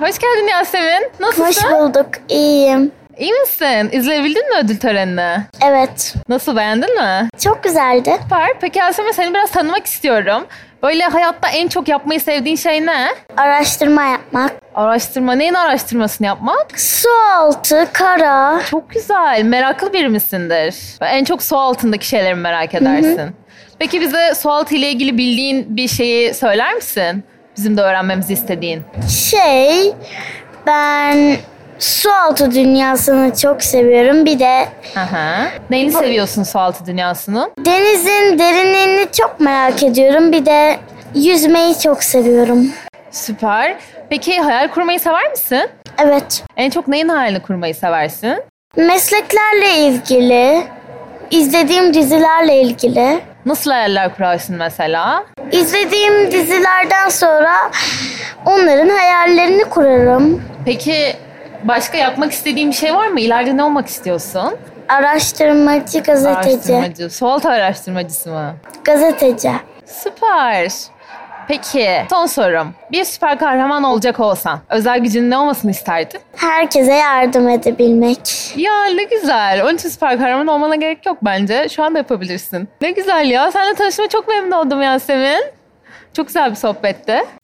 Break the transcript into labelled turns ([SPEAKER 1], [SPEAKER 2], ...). [SPEAKER 1] Hoş geldin Yasemin.
[SPEAKER 2] Hoş
[SPEAKER 1] Nasılsın?
[SPEAKER 2] bulduk. İyiyim.
[SPEAKER 1] İyi misin? İzleyebildin mi ödül törenini?
[SPEAKER 2] Evet.
[SPEAKER 1] Nasıl beğendin mi?
[SPEAKER 2] Çok güzeldi.
[SPEAKER 1] Süper. Peki Yasemin seni biraz tanımak istiyorum. Böyle hayatta en çok yapmayı sevdiğin şey ne?
[SPEAKER 2] Araştırma yapmak.
[SPEAKER 1] Araştırma. Neyin araştırmasını yapmak?
[SPEAKER 2] Su altı, kara.
[SPEAKER 1] Çok güzel. Meraklı biri misindir? En çok su altındaki şeyleri merak edersin. Peki bize su altı ile ilgili bildiğin bir şeyi söyler misin? Bizim de öğrenmemizi istediğin.
[SPEAKER 2] Şey, ben su altı dünyasını çok seviyorum. Bir de
[SPEAKER 1] Aha. Neyini seviyorsun su altı dünyasının?
[SPEAKER 2] denizin derinliğini çok merak ediyorum. Bir de yüzmeyi çok seviyorum.
[SPEAKER 1] Süper. Peki hayal kurmayı sever misin?
[SPEAKER 2] Evet.
[SPEAKER 1] En çok neyin hayalini kurmayı seversin?
[SPEAKER 2] Mesleklerle ilgili, izlediğim dizilerle ilgili.
[SPEAKER 1] Nasıl hayaller kurarsın mesela?
[SPEAKER 2] İzlediğim dizilerden sonra onların hayallerini kurarım.
[SPEAKER 1] Peki başka yapmak istediğin bir şey var mı? İleride ne olmak istiyorsun?
[SPEAKER 2] Araştırmacı gazeteci.
[SPEAKER 1] Araştırmacı. Su altı araştırmacısı mı?
[SPEAKER 2] Gazeteci.
[SPEAKER 1] Süper. Peki son sorum. Bir süper kahraman olacak olsan özel gücünün ne olmasını isterdin?
[SPEAKER 2] Herkese yardım edebilmek.
[SPEAKER 1] Ya ne güzel. Onun için süper kahraman olmana gerek yok bence. Şu anda yapabilirsin. Ne güzel ya. Seninle tanışma çok memnun oldum Yasemin. Çok güzel bir sohbetti.